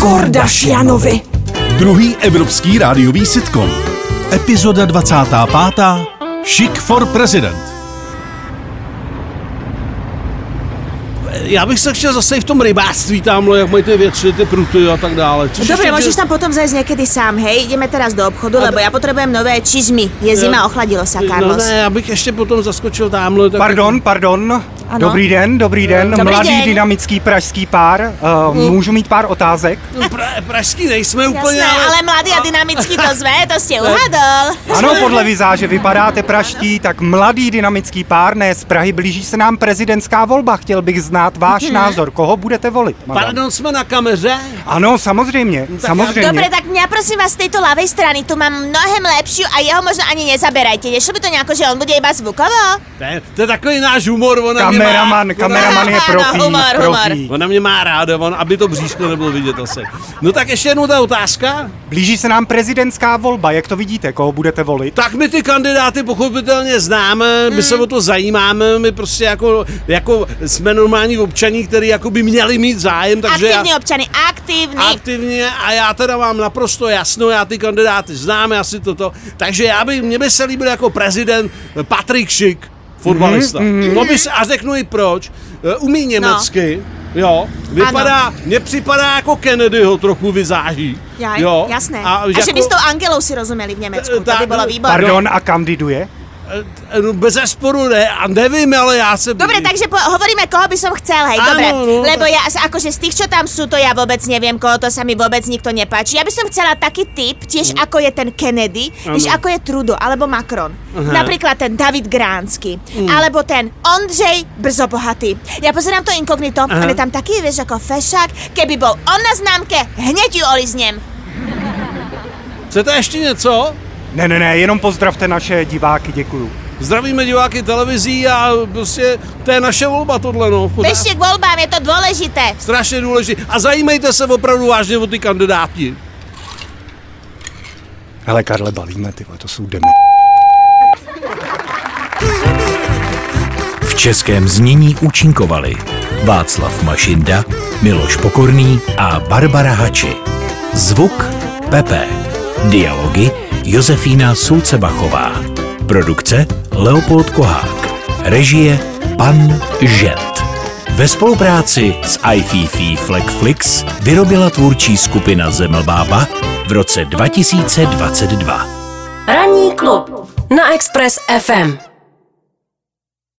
Kordašianovi. Druhý evropský rádiový sitcom. Epizoda 25. Chic for President. Já bych se chtěl zase i v tom rybáctví tamhle, jak mají ty větřiny, ty pruty a tak dále. Což Dobre, ještě- môžeš tam potom zajsť niekedy sám, hej? Ideme teraz do obchodu, lebo ja potrebujem nové čizmy. Je zima, ochladilo sa, No Carlos. ne, já bych ještě potom zaskočil tamhle. Tak... Pardon, pardon. Ano. Dobrý den, dobrý den. Dobrý Mladý den. dynamický pražský pár. Uh, můžu mít pár otázek? Pra, pražský nejsme úplně, Jasné, ale mladý a dynamický to zve, to ste uhadol. Ano, podle vizáže vypadáte praští, tak mladý dynamický pár, ne z Prahy, blíží se nám prezidentská volba. Chtěl bych znát váš názor. Koho budete volit? madam? Pardon, jsme na kameře? Ano, samozřejmě, samozřejmě. Dobre, tak mňa prosím vás z tejto ľavej strany, tu mám mnohem lepšiu a jeho možno ani nezaberajte. Nešlo by to nejako, že on bude iba zvukovo? To je, to je takový náš humor, ona Kameraman, mě má, kameraman je Ano, profík, humor, humor. profík. Ona mě má ráda, on, aby to bříško nebylo vidět asi. No tak ještě jednou ta otázka. Blíží se nám prezidentská volba, jak to vidíte, koho budete volit? Tak my ty kandidáty pochopitelně známe, my se Hmm. o to zajímáme, my prostě jako, jako jsme normální občaní, který jako by měli mít zájem, takže já, Aktívni občany, aktívni. aktivně a já teda mám naprosto jasno, já ty kandidáty znám, já si toto, takže já bych, mě by se líbil jako prezident Patrik Šik, fotbalista. Mhm, To by se, a řeknu i proč, Eh, umí No. německy, jo, vypadá, mně připadá jako Kennedyho trochu vyzáží. Jaj, jo, jako- jasné. A, že by s tou Angelou si rozumeli v Nemecku, to Tak, by bolo no, výborné. Pardon, a kandiduje? Eh, no, Bez zesporu ne, a nevím, ale já se... Dobre, takže po, hovoríme, koho by som chcel, hej, Áno, dobre. no, Lebo ja, sa- akože z tých, čo tam sú, to ja vôbec neviem, koho to sa mi vôbec nikto nepáči. Ja by som chcela taký typ, Mm. tiež ako je ten Kennedy, tiež ako je Trudeau, alebo Macron. Napríklad ten David Gránsky, Mm. alebo ten Ondřej Brzobohatý. Ja pozerám to inkognito, on je tam taký, vieš, ako fešák. Keby bol on na známke, hneď ju oliznem. Chcete ještě něco? Ne, ne, ne, jenom pozdravte naše diváky, děkuju. Zdravíme diváky televizí a prostě to je naše volba tohle, no. v pořádku. Bežte k voľbám, je to dôležité. strašně důležitý. A zajímejte se opravdu vážně o ty kandidáti. Hele, Karle, balíme, ty vole, to jsou demy. V českém znění účinkovali Václav Mašinda, Miloš Pokorný a Barbara Hači. Zvuk Pepe. Dialogy Josefína Sulcebachová. Produkce Leopold Kohák. Režie Pan Žet. Ve spolupráci s iFiFi Flexflix vyrobila tvůrčí skupina Zemlbába v roce 2022. Ranní klub na Express FM.